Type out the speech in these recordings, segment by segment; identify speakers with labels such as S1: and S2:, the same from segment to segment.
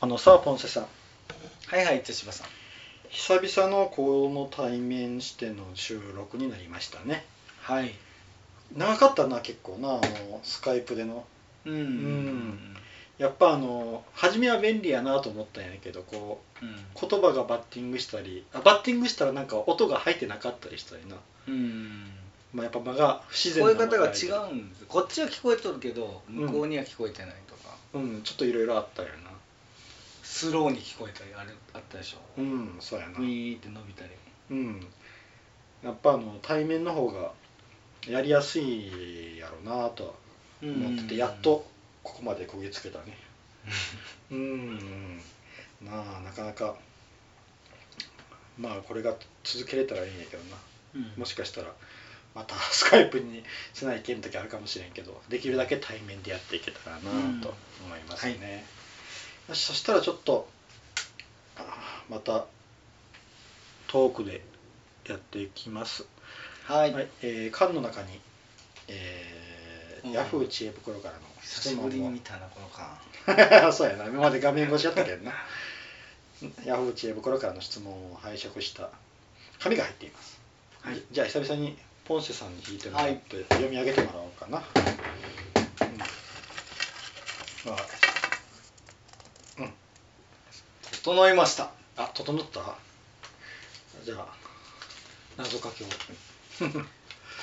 S1: あのさあポンセさん
S2: はいはい、手柴さん。
S1: 久々のこの対面しての収録になりましたね
S2: はい。
S1: 長かったな結構なあのスカイプでの
S2: うん。
S1: んやっぱあの初めは便利やなと思ったんやけどこ
S2: うん。
S1: う言葉がバッティングしたりあバッティングしたらなんか音が入ってなかったりしたりな、
S2: うん。
S1: まあ、やっぱ間が不自
S2: 聞
S1: 然
S2: こ
S1: な
S2: え方が
S1: 間
S2: 違うんです。こっちは聞こえとるけど、向こうには聞こえてないとか。
S1: 入ってうんちょっといろいろあったよな
S2: スローに聞こえたり、あれ、あったでしょ。
S1: う
S2: ウ
S1: んそうやな
S2: ィーって伸びたり。
S1: うんやっぱあの対面の方がやりやすいやろうなとは思っててやっとここまでこぎつけたねうんうんなあなかなかまあこれが続けれたらいいんやけどな
S2: うん。
S1: もしかしたらまたスカイプにつないけん時あるかもしれんけどできるだけ対面でやっていけたらなあと思いますね、
S2: うん
S1: よしそしたらちょっとあーまたトークでやっていきます
S2: は
S1: はい、
S2: い。
S1: えー缶の中に、えー
S2: うん
S1: ヤフー知恵袋からの
S2: 久しぶりに見たな、この間。
S1: を そうやな今まで画面越しやったけどな ヤフー知恵袋からの質問を拝借した紙が入っています、
S2: はい
S1: じゃあ久々にポンセさんに引いてもらって、読み上げてもらおうかな、うんまあうん、
S2: 整いました。
S1: あ整ったじゃあ謎かけを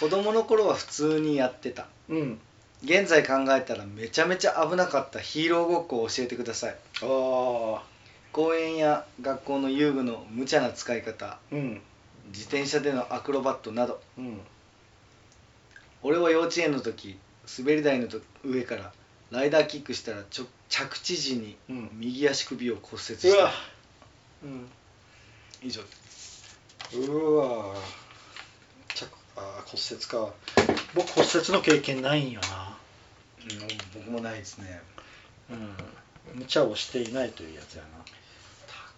S2: 子供の頃は普通にやってた。
S1: うん
S2: 現在考えたらめちゃめちゃ危なかったヒーローごっこを教えてください。
S1: ああ
S2: 公園や学校の遊具の無茶な使い方、
S1: うん
S2: 自転車でのアクロバットなど
S1: うん
S2: 俺は幼稚園の時滑り台のと上からライダーキックしたらちょ着地時に
S1: うん
S2: 右足首を骨折し
S1: う
S2: た、
S1: わうん
S2: 以上
S1: うわちゃあー骨折か僕骨折の経験ないんよな
S2: 僕もないですね
S1: うん無茶をしていないというやつやな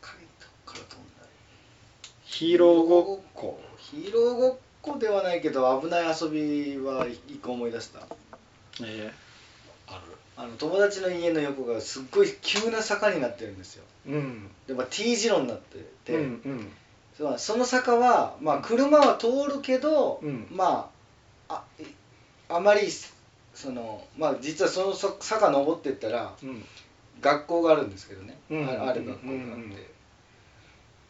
S2: 高いとこから飛んだり
S1: ヒーローごっこ
S2: ヒーローごっこではないけど危ない遊びは一個思い出した
S1: え
S2: あるあの友達の家の横がすっごい急な坂になってるんですよ
S1: えうん
S2: で、まあ、T 字路になってて、
S1: うんうん
S2: そうなんですその坂は、まあ、車は通るけど、
S1: うん
S2: まああいあまりその、まあ、実はそのそ坂登ってったら
S1: うん
S2: 学校があるんですけどね、
S1: うん
S2: あある学校があって、
S1: うんうん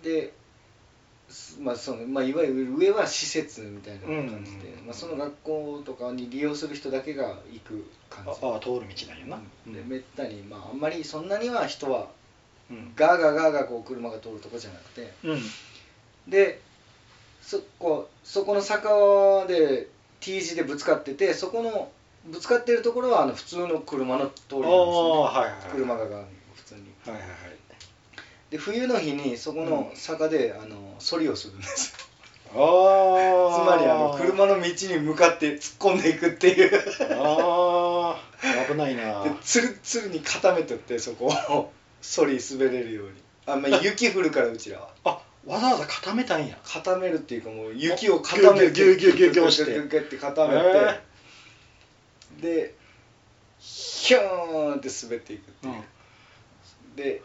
S2: ですまあそのまあ、いわゆる上は施設みたいな感じで、
S1: うん
S2: まあ、その学校とかに利用する人だけが行く感
S1: ああ
S2: じ
S1: ー通る道なんやな
S2: でめったに、まあ、あんまりそんなには人は
S1: うん
S2: ガーガーガーガーこう車が通るとこじゃなくて。
S1: うん
S2: でそこそこの坂で T 字でぶつかっててそこのぶつかってるところはあの普通の車の通りなん
S1: お
S2: ですよ
S1: ーはいはい
S2: ね
S1: はい
S2: 車がが普通に
S1: はいはいはい
S2: で冬の日にそこの坂で、あの反りをするんです
S1: ああ
S2: つまりあの車の道に向かって突っ込んでいくっていうで
S1: ああ危ないな
S2: ツルツルに固めとってそこを 反り滑れるようにあんまあ雪降るからうちらは
S1: あわざわざ固めたんや
S2: 固めるっていうかもう雪を固めて
S1: ぎゅうぎゅうぎゅうぎゅうぎゅうして
S2: ぎゅうぎゅうって固めて、でヒューンって滑っていくっていう、で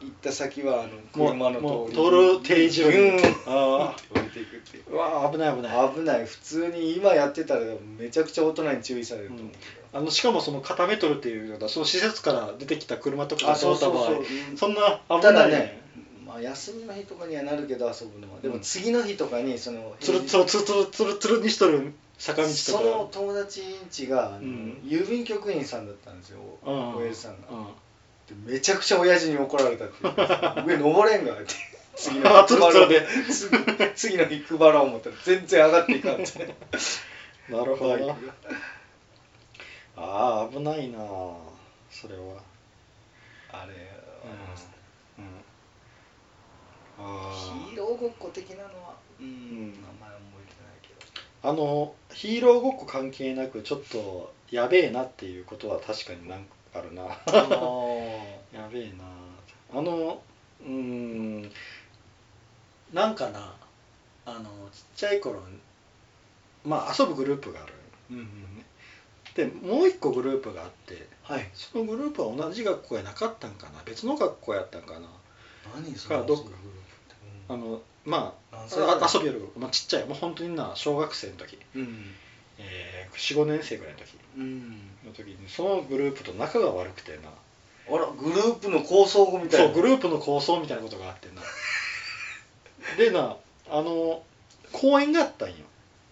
S2: い行った先はあの
S1: もう
S2: 車
S1: も
S2: の
S1: う
S2: 通り
S1: 道路定時
S2: 時
S1: 路
S2: に
S1: に
S2: ギューンって
S1: あ
S2: 降りていくっていう
S1: うわあ危ない危ない
S2: 危ない普通に今やってたらめちゃくちゃ大人に注意されると思うけ
S1: あのしかもその固めとるっていうようなその施設から出てきた車とか
S2: ど、
S1: が
S2: あそうそう
S1: 通った
S2: そ
S1: 場合
S2: う
S1: そんな危ない
S2: ただね、まあ、休みの日とかにはなるけど遊ぶのはでも次の日とかにその
S1: つるつるつるつるつるつるにしとる坂道とか
S2: その友達んちが、あの
S1: うん
S2: 郵便局員さんだったんですよ、
S1: うん
S2: 親父さんが、
S1: うん
S2: でめちゃくちゃ親父に怒られたっていう 上登れんがって次の
S1: あ
S2: 日
S1: つるつるで
S2: 配ろう 次次の日配ろう思ったら全然上がってい かんって
S1: なるほど
S2: バ
S1: な
S2: イクが
S1: ああ危ないなそれは、うん
S2: あれ、
S1: うんあー
S2: ヒーローごっこ的なのはうん、
S1: ん
S2: あんまり覚えてないけど
S1: あのヒーローごっこ関係なくちょっとやべえなっていうことは確かになんかあるな やべえなあのうーんなんかなあのちっちゃい頃まあ遊ぶグループがある
S2: うんうん
S1: でもう一個グループがあって
S2: はい
S1: そのグループは同じ学校やなかったんかな別の学校やったんかな
S2: 何そ
S1: から
S2: れ
S1: どっかあ
S2: うん
S1: のまあ
S2: 何歳ぐらい
S1: あ遊びやる、まあ、ちっちゃいもう本当にな小学生の時、
S2: うん
S1: えー、45年生ぐらいの時
S2: うん
S1: の時にそのグループと仲が悪くてな
S2: あらグループの構想語みたい
S1: そ
S2: な
S1: うグループの構想みたいなことがあって なでなあの公演があったんよ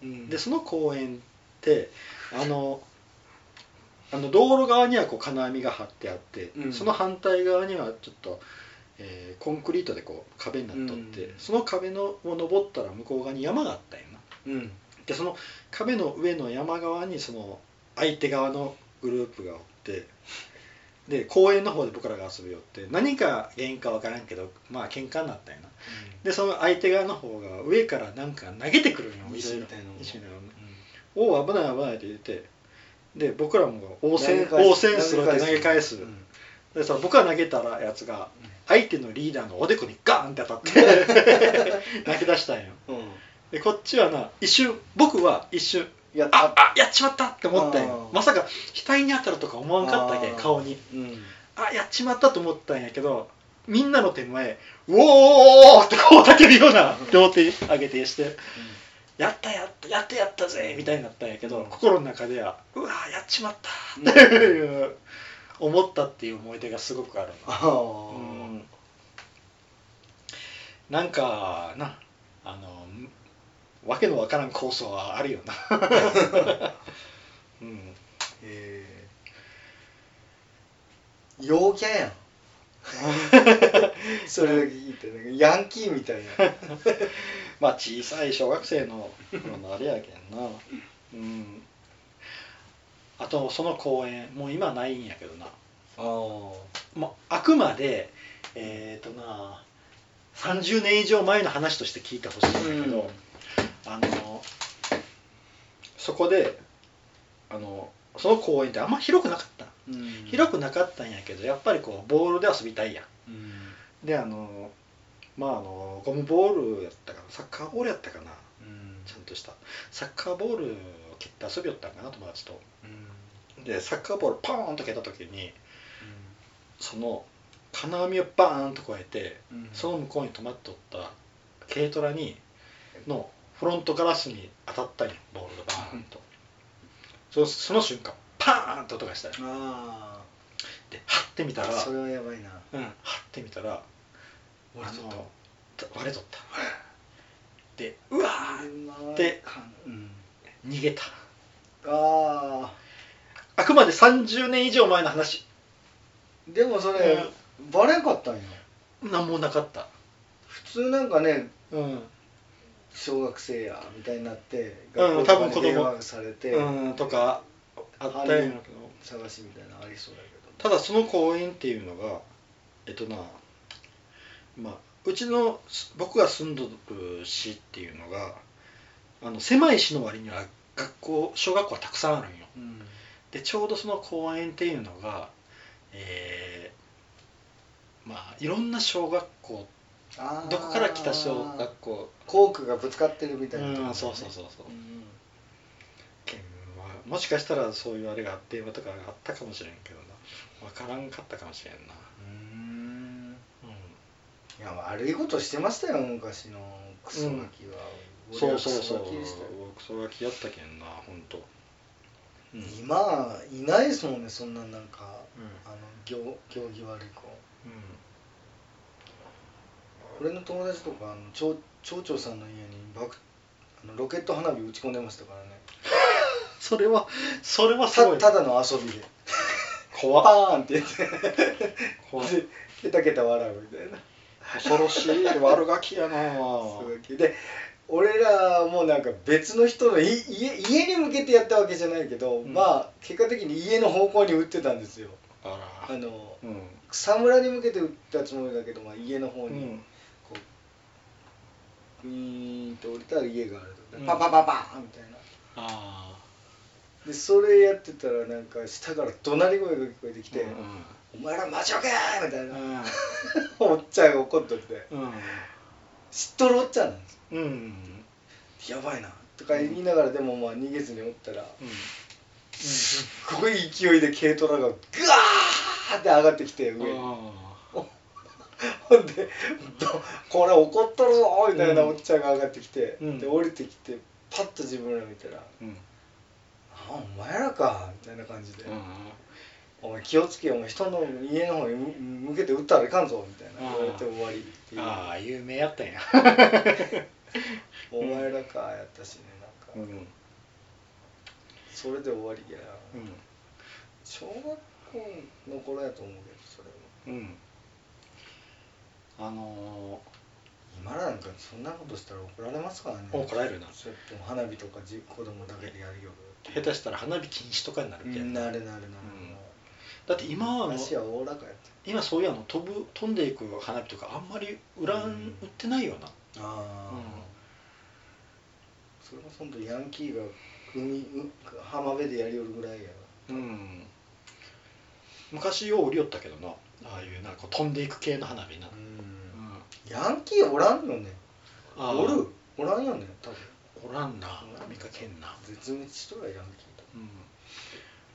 S2: うん
S1: でその公園ってあのあの道路側にはこう金網が張ってあって、
S2: うん
S1: その反対側にはちょっと、えーコンクリートでこう壁になっとって、
S2: うん
S1: その壁のを登ったら向こう側に山があったんやな
S2: うん
S1: でその壁の上の山側にその相手側のグループがおってで公園の方で僕らが遊びよって何か原因か分からんけどまあ喧嘩になったんやなでその相手側の方が上からなんか投げてくるんよ
S2: 石みたいなのを
S1: 石みたいなのおお危ない危ないって言ってで僕らも応
S2: 投げ
S1: 戦
S2: 返す
S1: 応戦するって投げ返す、
S2: うん
S1: でさ僕が投げたらやつが
S2: うん
S1: 相手のリーダーのおでこにガーンって当たって 泣き出したんよ
S2: うん
S1: でこっちはな一瞬僕は一瞬
S2: やっ
S1: あ
S2: た
S1: あやっちまったって思ったんよ
S2: あー
S1: まさか額に当たるとか思わんかったけ
S2: あー
S1: 顔に
S2: うん
S1: あやっちまったと思ったんやけどみんなの手前「うおー!」ってこう叫ぶような両手上げてして「やったやったやったやったぜ!」みたいになったんやけど、
S2: うん
S1: 心の中では「うわーやっちまった!」
S2: うん
S1: っていう 思ったっていう思い出がすごくある
S2: あ
S1: な、
S2: あ
S1: うんなんかなあのわけのわからん構想はあるよなうん
S2: ええ陽キャやんそれだけ聞いてなんかヤンキーみたいな
S1: まあ小さい小学生の頃のあれやけんなうんあとその公園もう今ないんやけどな
S2: ああ
S1: もうあくまでえっ、とな30年以上前の話として聞いてほしいんだけど、
S2: うん
S1: あのそこであのその公園ってあんま広くなかった
S2: うん
S1: 広くなかったんやけどやっぱりこうボールで遊びたいやん
S2: うん
S1: であのまああのゴムボールやったかなサッカーボールやったかな
S2: うん
S1: ちゃんとしたサッカーボールを蹴って遊びよったんかな友達と
S2: うん
S1: でサッカーボールパーンと蹴った時にその金網をバーンと越えて
S2: うん
S1: その向こうに止まっとった軽トラにのフロントガラスに当たったんよボールがバーンとそその瞬間パーンと音がしたよ
S2: あ
S1: で張ってみたら
S2: あそれはやばいな
S1: うん、張ってみたら
S2: 俺ちょっ
S1: あ
S2: と
S1: の割れとったでうわー
S2: で、うん、
S1: 逃げた
S2: あ
S1: あくまで30年以上前の話
S2: ーでもそれ、バレんかったんや
S1: なんもなかった
S2: 普通なんかね
S1: うん
S2: 小学生やみたいになって
S1: うん
S2: 学校
S1: 多分
S2: と
S1: 子
S2: か
S1: 供
S2: に電話されて、
S1: うんとかあったんやけど
S2: 探しみたいなのありそうだけ
S1: ただその公園っていうのがえっとなまあうちのす僕が住んどる市っていうのがあの狭い市の割には学校小学校はたくさんあるんよ
S2: ど、うん、
S1: でちょうどその公園っていうのがえーまあいろんな小学校
S2: あー
S1: どこから来た小学校
S2: 校区がぶつかってるみたいなとこね、
S1: うんそうそうそうそう
S2: うん
S1: 県はもしかしたらそういうあれがあってとかがあったかもしれんけどな分からんかったかもしれんな、
S2: うん
S1: う
S2: いや悪いことしてましたよ昔のクソガキは、
S1: ん、
S2: 俺
S1: そ
S2: は
S1: うそうそう
S2: クソガキでしたよ
S1: クソガキやったけんな本当。うん
S2: 今いないですもんねそんなんなんか
S1: うん
S2: あの行行儀悪い子
S1: う
S2: 俺の友達とかあの町町長さんの家に爆あのロケット花火打ち込んでましたからね
S1: んそれはそれはすご
S2: た
S1: い
S2: ただの遊びでパ
S1: 怖っ
S2: ーンってや
S1: 怖
S2: っ
S1: い
S2: てでケタケタ笑うみたいな
S1: 恐ろしい悪ガキやな
S2: すごいで俺らもなんか別の人のい家家に向けてやったわけじゃないけど、
S1: うん
S2: まあ結果的に家の方向に打ってたんですよ
S1: あ
S2: あ
S1: ら
S2: の
S1: うん
S2: 草むらに向けて打ったつもりだけど、まあ、家の方
S1: う
S2: に、
S1: ん
S2: こうグイーンと降りたら家があると、
S1: うん
S2: パパパパーンみたいな
S1: ああ
S2: でそれやってたらなんか下から怒鳴り声が聞こえてきて「
S1: う
S2: お前ら待ちおけ!」みたい
S1: ん
S2: な、
S1: うん
S2: おっちゃんが怒っとって
S1: うん
S2: 知っとるおっちゃんなんです
S1: うん
S2: よやばいなとか言いながらでもまあ逃げずにおったら、
S1: うん
S2: すっごい勢いで軽トラがグワーって上がってきて上に
S1: あ
S2: ほんでどこれ怒っとるぞみたいな
S1: うん
S2: おっちゃんが上がってきて、
S1: うん
S2: で降りてきてパッと自分ら見たら
S1: ーうん
S2: 「あお前らか」みたいな感じで「
S1: うん
S2: お前気をつけよお前人の家の方に向向けて撃ったらいかんぞ」みたいな言われて終わりっていう
S1: ああ有名やったんや
S2: 「お前らか」やったしねなんか、
S1: うん、うん、
S2: それで終わりや小学校の頃やと思うけどそれも
S1: うん、あの
S2: 今なんかそんなことしたら怒られますからね
S1: 怒られるな
S2: そうやっても花火とかじ子供だけでやるよ
S1: ー下手したら花火禁止とかになるみたいな
S2: なるなるなる
S1: だって今はあの
S2: 話はおおらかやっ
S1: 今そういうあの飛ぶ飛んでいく花火とかあんまり売らん、
S2: うん
S1: 売ってないよな
S2: たああ、
S1: うん
S2: それこそほんとヤンキーが海う浜辺でやりよるぐらいや
S1: うん昔よう売りよったけどなああいうなこう飛んでいく系の花火な、
S2: ろ、
S1: うん
S2: ヤンキーおらんよね
S1: ああ
S2: おるおらんよね多分
S1: おらんな
S2: おらん
S1: 見かけんな
S2: 絶滅しとるわヤンキーと
S1: うん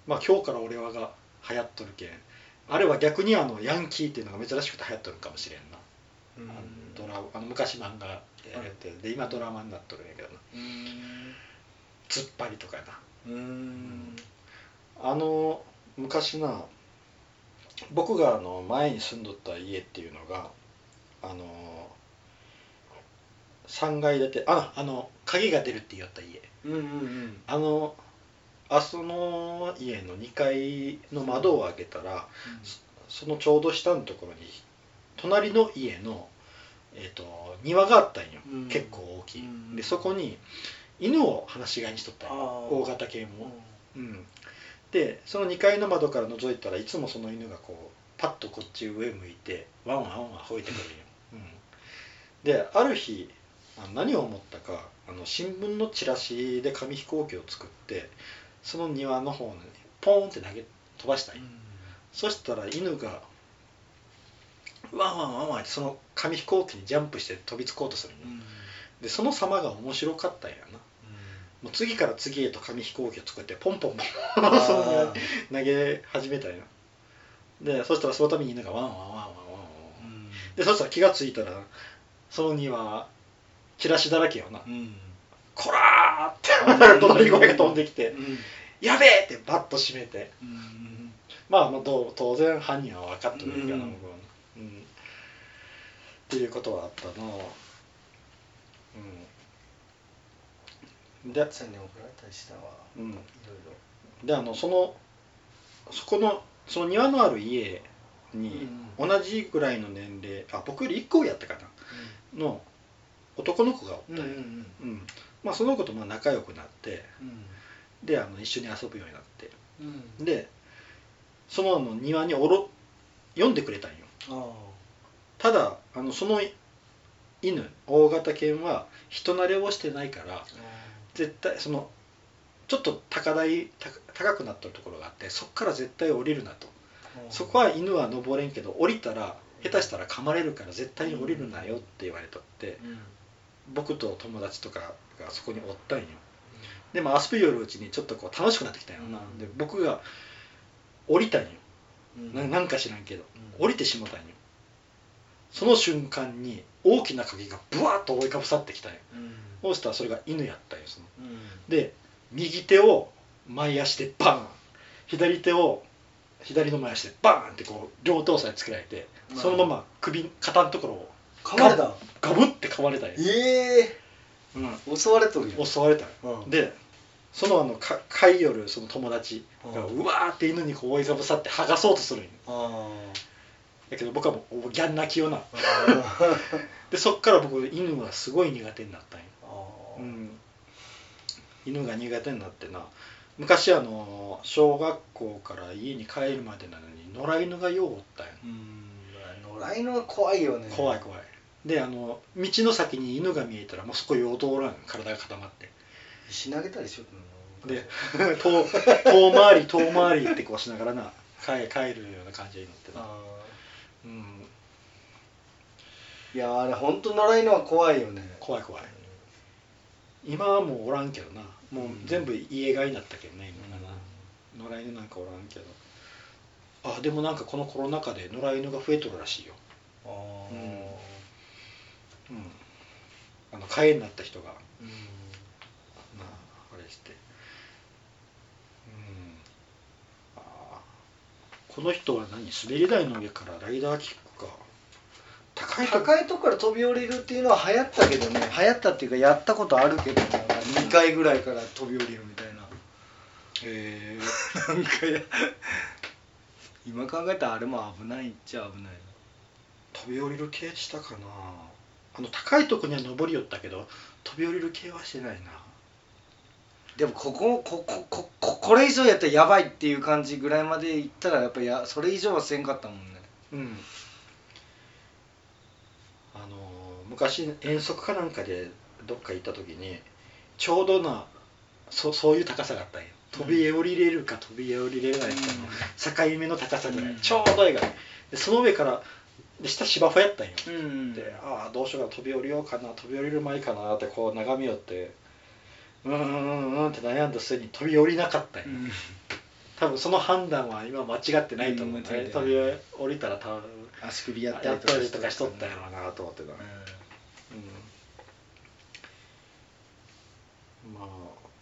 S1: まあ今日から俺はが流行っとるけんあれは逆にあのヤンキーっていうのが珍しくて流行っとるかもしれんな、
S2: うん
S1: あのドラあの昔漫画でやって、で今ドラマになっとるんやけどな
S2: うん
S1: 突っ張りとかやな
S2: うん
S1: あの昔な僕があの前に住んどった家っていうのがあの3階建てああの鍵が出るって言いよった家
S2: うんうん
S1: あのあその家の2階の窓を開けたらそのちょうど下のところに隣の家の、えー、と庭があったんよ、
S2: うん
S1: 結構大きい、
S2: うん
S1: でそこに犬を放し飼いにしとったんよ
S2: あー
S1: 大型犬を、うん、でその2階の窓から覗いたらいつもその犬がこうパッとこっち上向いてワンワンワンワン吠えてくるんよ、うん、である日あ何を思ったかあの新聞のチラシで紙飛行機を作ってその庭の方にポーンって投げ飛ばしたんよ、そしたら犬がワンワンワンワンってその紙飛行機にジャンプして飛びつこうとするんよ、でその様が面白かったんやなもう次から次へと紙飛行機を作ってポンポンポン
S2: あ
S1: そんな投げ始めたんよでそしたらそのために犬がワンワンワンワンワンワンでそしたら気がついたらその庭チラシだらけよな「こら!」って怒鳴り声が飛んできて「やべえ!」ってバッと閉めてまあまあどう当然犯人は分かってるんやな、
S2: うん
S1: 僕は、うん。っていうことはあったなうんで,、
S2: さんに怒られたりしたわい
S1: うん、
S2: ろい
S1: であのそのそこのその庭のある家に
S2: うん
S1: 同じぐらいの年齢あ僕より1個上やったかなの男の子がおったん
S2: ろ
S1: ようんまあその子とまあ仲良くなってであの一緒に遊ぶようになってでそのあの庭におろ読んでくれたんよただあのその犬大型犬は人慣れをしてないから絶対そのちょっと高台高高くなってるところがあってそこから絶対降りるなとそこは犬は登れんけど降りたら下手したら噛まれるから絶対に降りるなよって言われとって僕と友達とかがそこにおったんよでも遊びよるうちにちょっとこう楽しくなってきたんよな
S2: うん
S1: で僕が降りたんよななんか知らんけど降りてしもたんよその瞬間に大きな鍵がブワーッと覆いかぶさってきたんよそうしたらそれが犬やったんよそので右手を前足でバン左手を左の前足でバーンってこう両頭さつけられて
S2: うん
S1: そのまま首肩のところを
S2: 噛まれた
S1: ガブって噛まれたんよ、
S2: ええ
S1: う
S2: 襲われとるや
S1: ん、襲われたんよ
S2: ん
S1: でそのあのか飼いよるその友達が
S2: うん
S1: うわーって犬にこう追いかぶさって剥がそうとするんよ
S2: あ
S1: だけど僕はもうおギャン泣きよな
S2: あ
S1: でそっから僕犬がすごい苦手になったんようん、犬が苦手になってな昔あの小学校から家に帰るまでなのに野良犬がようおったんや、
S2: うん野良犬は怖いよね
S1: 怖い怖いであの道の先に犬が見えたらもうそこよう通らん体が固まって
S2: 石投げたりしよう
S1: で遠遠回り遠回りってこうしながらな帰帰るような感じになってな、
S2: あ
S1: うん、
S2: ーいやあれ本当野良犬は怖いよね
S1: 怖い怖い今はもうおらんけどなもう全部家飼いになったけどね犬がな、野良犬なんかおらんけどあでもなんかこのコロナ禍で野良犬が増えとるらしいよ、
S2: ああ
S1: うんうん、あの飼いになった人が
S2: うん
S1: なあれしてうんあーこの人は何滑り台の上からライダーキックか高いと
S2: 高いとこから飛び降りるっていうのは流行ったけどね流行ったっていうかやったことあるけどね2回ぐらいから飛び降りるみたいな
S1: え
S2: なんかや今考えたらあれも危ないっちゃ危ない
S1: 飛び降りる系したかなあの高いとこには登りよったけど飛び降りる系はしてないな
S2: でもこここここここれ以上やったらやばいっていう感じぐらいまでいったらやっぱやそれ以上はせんかったもんね
S1: うんあのー昔遠足かなんかでどっか行った時にちょうどなそそういう高さがあったんよ飛び降りれるか飛び降りれないかの境目の高さぐらい、
S2: うん
S1: ちょうどいいがでその上からで下芝生やったんよ、
S2: うん、うん
S1: でああどうしようかな飛び降りようかな飛び降りる前かなってこう眺めよってうんうんうんうんって悩んだ末に飛び降りなかったんよ、多分その判断は今間違ってないと思うね、
S2: うん間違ってな
S1: 飛
S2: い
S1: び降りたら多分
S2: 足首や
S1: や
S2: っ
S1: ったた
S2: りとか
S1: りとかしとったやろうなと思ってた、うんまあ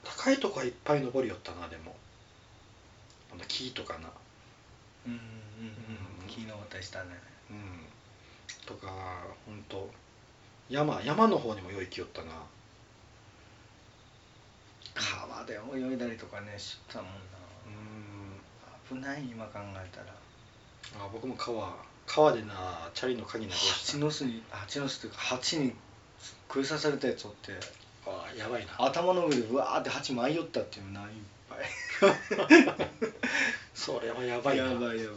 S1: 高いとこはいっぱい登りよったなでもあの木とかな
S2: うんうんうん
S1: うん
S2: 昨日渡したね
S1: うんとか本当山山の方にもよう行きよったな
S2: 川で泳いだりとかねしとったもん
S1: うん
S2: な危ない今考えたら
S1: あ僕も川川でなチャリの鍵なくし
S2: 蜂
S1: た
S2: の巣に蜂の巣というか蜂に食い刺されたやつおって
S1: あやばいな
S2: 頭の上でうわーって蜂舞い寄ったっていうのないっぱい
S1: それはやばいな
S2: やばいやば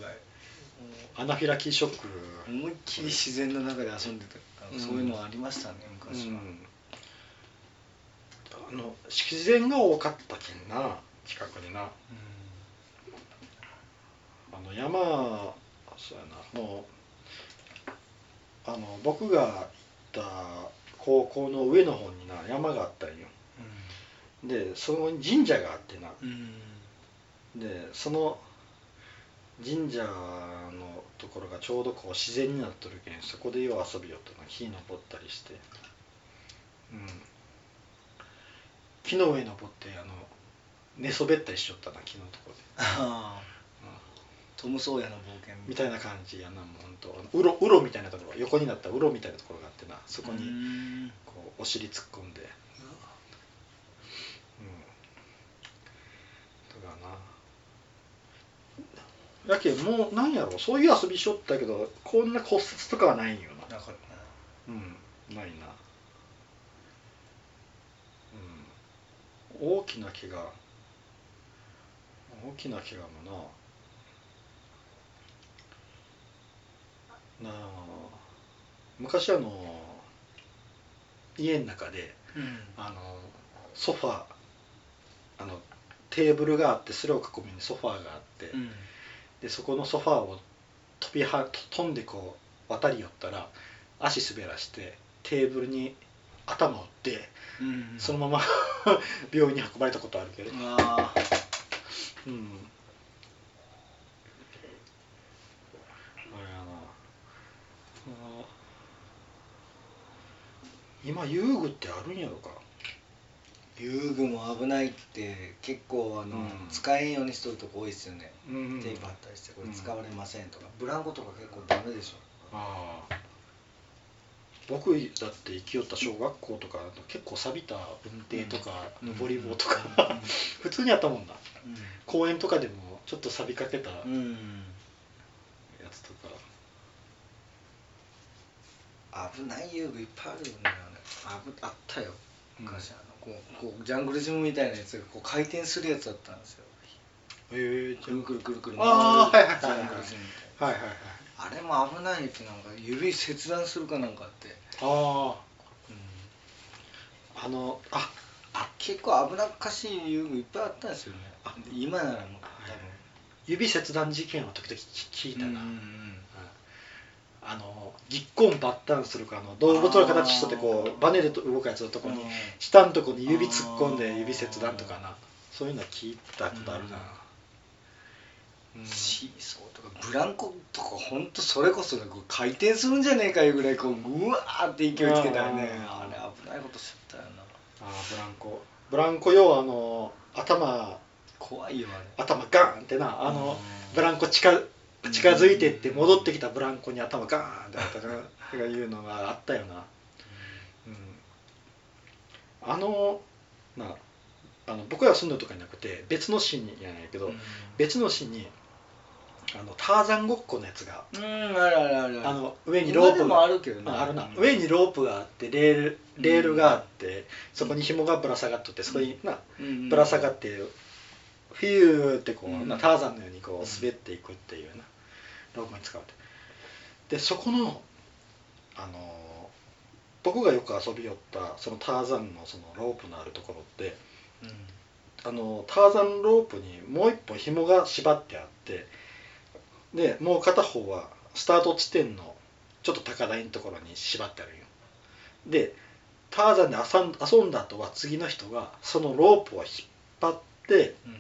S1: アナフィラキーショック
S2: い思いっきり自然の中で遊んでた
S1: うん
S2: そういうのはありましたね昔は、
S1: うんあの自然が多かったけんな近くになあの山そうやなもうあの僕が行った高校の上の方にな山があったんよでその神社があってな
S2: うんうん
S1: でその神社のところがちょうどこう自然になっとるけんそこでよう遊びよったな木登ったりして、うん、木の上登ってあの寝そべったりしよったな木のところで、
S2: ああ
S1: うん
S2: トム・ソーヤの冒険
S1: みたいな感じやなもう本当あのうろうろみたいなところ横になったうろみたいなところがあってなそこに
S2: に
S1: こうお尻突っ込んで、うん、だからなやけんもうなんやろそういう遊びしよったけどこんな骨折とかはないんよな
S2: だから
S1: うんないなうん大きな怪我大きな怪我もななあ昔あの家の中であのソファーあのテーブルがあってそれを囲みにソファーがあって、
S2: うん
S1: でそこのソファーを飛びは飛んでこう渡り寄ったら足滑らしてテーブルに頭を打って
S2: うん
S1: そのまま 病院に運ばれたことあるけど、
S2: ああ
S1: うん、あれやなあー今遊具ってあるんやろか
S2: 遊具も危ないって結構あの、
S1: うん
S2: 使えんようにしとるとこ多いですよね、
S1: うんうん
S2: テープ貼ったりしてこれ
S1: うん
S2: 使われませんとか、ブランコとか結構ダメでしょ
S1: ああ僕だって生きよった小学校とか結構錆びた運転とか
S2: うん
S1: 登り棒とか、
S2: うん
S1: 普通にあったもんな公園とかでもちょっと錆びかけたや
S2: うん、うん
S1: つとか、
S2: 危ない遊具いっぱいあるよねあれ危あったよ
S1: うん
S2: 昔、あのこうこうジャングルジムみたいなやつがこう回転するやつだったんですよ
S1: へえ
S2: くるくるくるくる
S1: あーはいはいはい
S2: ジャングルジムみたいな
S1: はいはいはい
S2: あれも危ないってなんか指切断するかなんかあって、
S1: あ
S2: うん
S1: ああのあ
S2: あ結構危なっかしい遊具いっぱいあったんですよね
S1: あ
S2: 今ならもう
S1: 指切断事件は時々聞
S2: 多分
S1: いたな、
S2: うんうん
S1: あのぎっこんばったんするかあの動物の形しとってこ
S2: あー
S1: うバネで動くやつのとこに
S2: うん
S1: 下のとこに指突っ込んで指切断とかなそういうのは聞いたことあるな
S2: うん
S1: うん
S2: シーソーとかブランコとかほんとそれこそねこう回転するんじゃねえかいうぐらいこううわーって勢いつけたよね
S1: あ
S2: あ
S1: ー
S2: れ危ないことしちゃったよな
S1: あーブランコブランコ要はあの頭
S2: 怖いよあれ
S1: 頭ガーンってなあの
S2: うん
S1: ブランコ近近づいてって戻ってきたブランコに頭ガーンってあったなとかいうのがあったよな、うん、あのなあの僕ら住んでるとかじゃなくて別の市にやないけど、
S2: うん
S1: 別の市にあのターザンごっこのやつが
S2: うんあるあるある
S1: あの上にロ
S2: 今
S1: ー
S2: で
S1: プ
S2: も
S1: が
S2: あるけどね
S1: ああるな、上にロープがあってレールレールがあって、そこに紐がぶら下がっとってそこにな
S2: うん
S1: ぶら下がってフィューってこう、
S2: うん
S1: なターザンのようにこ
S2: うん
S1: う滑っていくっていうようなロープに使うってでそこのあのー僕がよく遊び寄ったそのターザンのそのロープのあるところって
S2: うん
S1: あのターザンロープにもう一本紐が縛ってあってでもう片方はスタート地点のちょっと高台のところに縛ってあるんよでターザンで遊ん遊んだ後は次の人がそのロープを引っ張って
S2: うん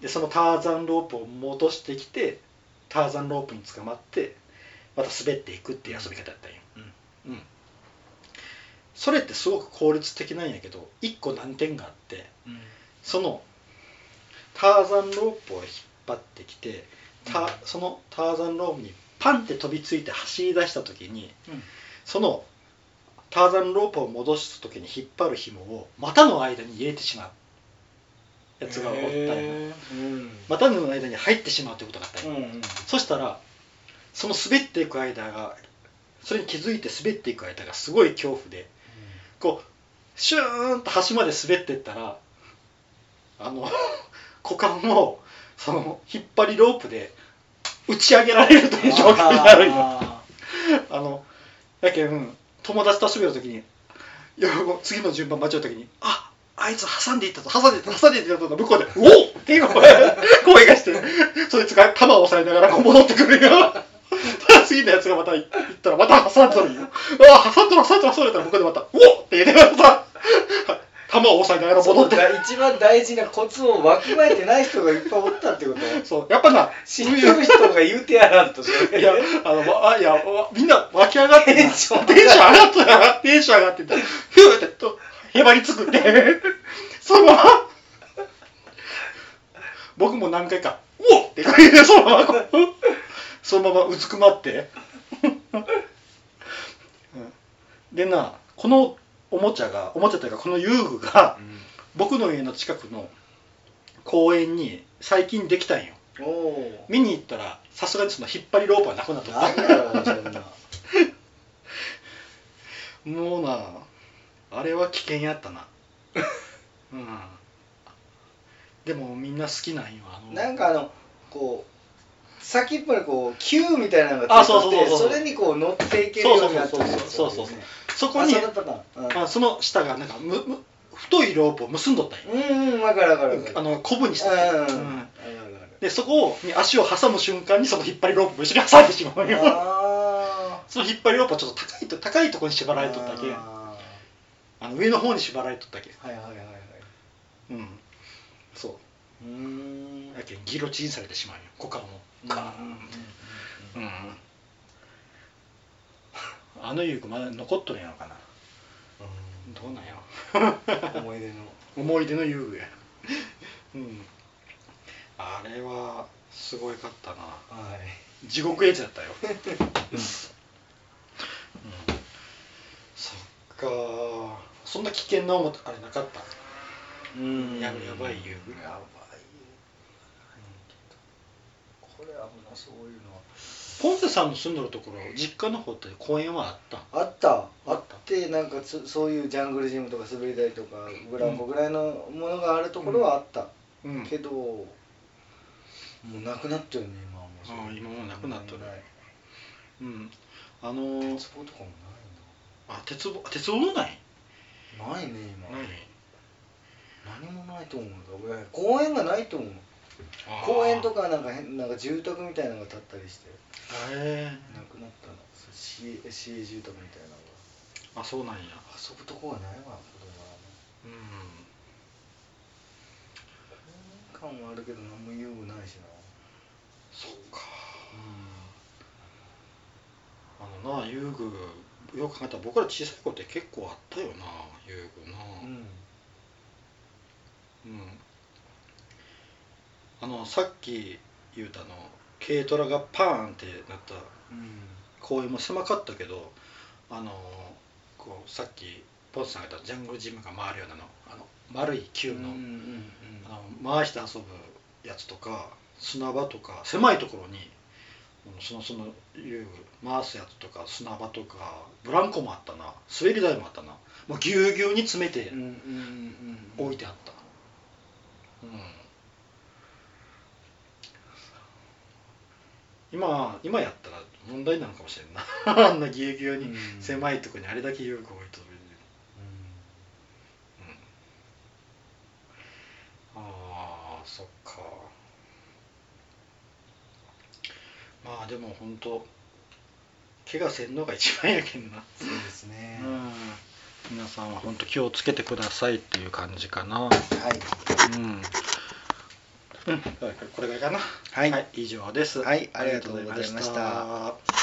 S1: でそのターザンロープを戻してきてターザンロープに捕まってまた滑っていくっていう遊び方だったんよ、うんそれってすごく効率的なんやけど一個難点があって
S2: うん
S1: そのターザンロープを引っ張ってきて
S2: うん
S1: たそのターザンロープにパンって飛びついて走り出した時に
S2: うん
S1: そのターザンロープを戻す時に引っ張る紐を股の間に入れてしまうやつがおったんや、
S2: へーうん
S1: 股の間に入ってしまうってことがあったんや、
S2: う んうん
S1: そしたらその滑っていく間がそれに気づいて滑っていく間がすごい恐怖でこうシューンと端まで滑ってったらあの 股間をその引っ張りロープで打ち上げられるという状況になるんよ
S2: あ
S1: あのやけん友達と遊びの時にいやもう次の順番間違う時にああいつ挟んでいったぞ挟んでいった挟んでいったぞと向こうで「おお!」っていう声声がしてそいつが球を押さえながらこう戻ってくるよ ただ次のやつがまた行ったらまた挟んどるよああ挟んどる挟んどる挟んどるたら向こうでまた「おお!」って言ってまた球を押さえなが
S2: ー
S1: ら戻
S2: そ
S1: っ
S2: う
S1: て
S2: か一番大事なコツをわきまえてない人がいっぱいおったってこと
S1: そうやっぱな
S2: 知ってる人が言うてやらんとそれ
S1: いや、あの、わあいや、わみんな湧き上がってな、テ
S2: テン
S1: ン
S2: シ
S1: シ
S2: ョ
S1: ョ
S2: ン
S1: ン上がったな、テンション上がってた。ヒューってと、へばりつくって、そのまま、僕も何回か、おっって言って、そのままこう、そのままうずくまって。うんでな、このおもちゃが、おもちゃというか、この遊具が、僕の家の近くの公園に最近できたんよ。
S2: おお
S1: 見に行ったらさすがにその引っ張りロープはなくなっ
S2: ー
S1: た
S2: なんだろうそんな
S1: もうなあれは危険やった なうんでもみんな好きなんよあの
S2: なんかあのこう先っぽにこう球みたいなのがついてて
S1: あそうそうそうそう
S2: それにこう乗っていけるようになってる
S1: そうそうそうそうそうそ
S2: そ
S1: こに
S2: あそのパターン
S1: あその下がなんかむむ太いロープを結んどったんよ、
S2: うんうんうんわかるわかるわかる
S1: あのコブにし
S2: う
S1: た
S2: んうん
S1: んよ
S2: う
S1: うん
S2: んわかるわかる
S1: でそこをに足を挟む瞬間にその引っ張りロープも一緒に挟んでしまうよ
S2: あ
S1: その引っ張りロープはちょっと高いと高いとこに縛
S2: ー
S1: られとったけん
S2: あ
S1: あの上の方に縛られとったけ
S2: ーはいはいはいはい
S1: うんそう
S2: うーん
S1: やけんギロチンされてしまうよ股間をガーンってうんあの遊具まだ残っとるんやろかなどうなんや
S2: うん思い出の
S1: 思い出の遊具やうんあれはすごいかったな
S2: はい
S1: 地獄絵図や ったよ、うんそっかそんな危険な思ったあれなかった
S2: うん
S1: ややばい遊具
S2: やばいこれ危なそういうのは
S1: ポンセさんの住んどるところ実家の方って公園はあったん
S2: あったあってなんかつそういうジャングルジムとか滑り台とかブランコぐらいのものがあるところはあった、
S1: うん
S2: けどもうなくなったよね今はもうそれ
S1: ああ今もうなくなっとる
S2: ない
S1: うんあのー
S2: 鉄棒とかも
S1: あ鉄棒鉄棒もない
S2: ないなないね今何もないと思うんだ俺公園がないと思う公園と
S1: か
S2: かなんか変なんか住宅みたいなのが建ったりして
S1: へえ
S2: なくなったのそう市営市営住宅みたいなのが
S1: あそうなんや
S2: 遊ぶとこがないわ子供は
S1: うん
S2: 公園感はあるけど何も遊具ないしな
S1: そっかあのな遊具よく考えたら僕ら小さい子って結構あったよな遊具な
S2: うん
S1: うん、あのさっき言うたあの軽トラがパーンってなった
S2: うん
S1: 公園も狭かったけどあのこうさっきポンさんが言ったジャングルジムが回るようなのあの丸い球の,、
S2: うんうん
S1: あの回して遊ぶやつとか砂場とか狭いところにもうそのその遊具回すやつとか砂場とかブランコもあったな滑り台もあったなもうぎゅうぎゅうに詰めて
S2: うんうんうんうん
S1: 置いてあったうん今今やったら問題なのかもしれんな あんなぎゅうぎゅうに
S2: うん
S1: 狭いとこにあれだけ遊具置いとるああそっかまあでも本当怪我せんのが一番やけんな
S2: そうですね
S1: うん皆さんは本当気をつけてくださいっていう感じかな
S2: はい
S1: うん。うん、これぐらいかな。
S2: はい
S1: 以上です。
S2: はいありがとうございまし
S1: あ
S2: た
S1: りがとうございました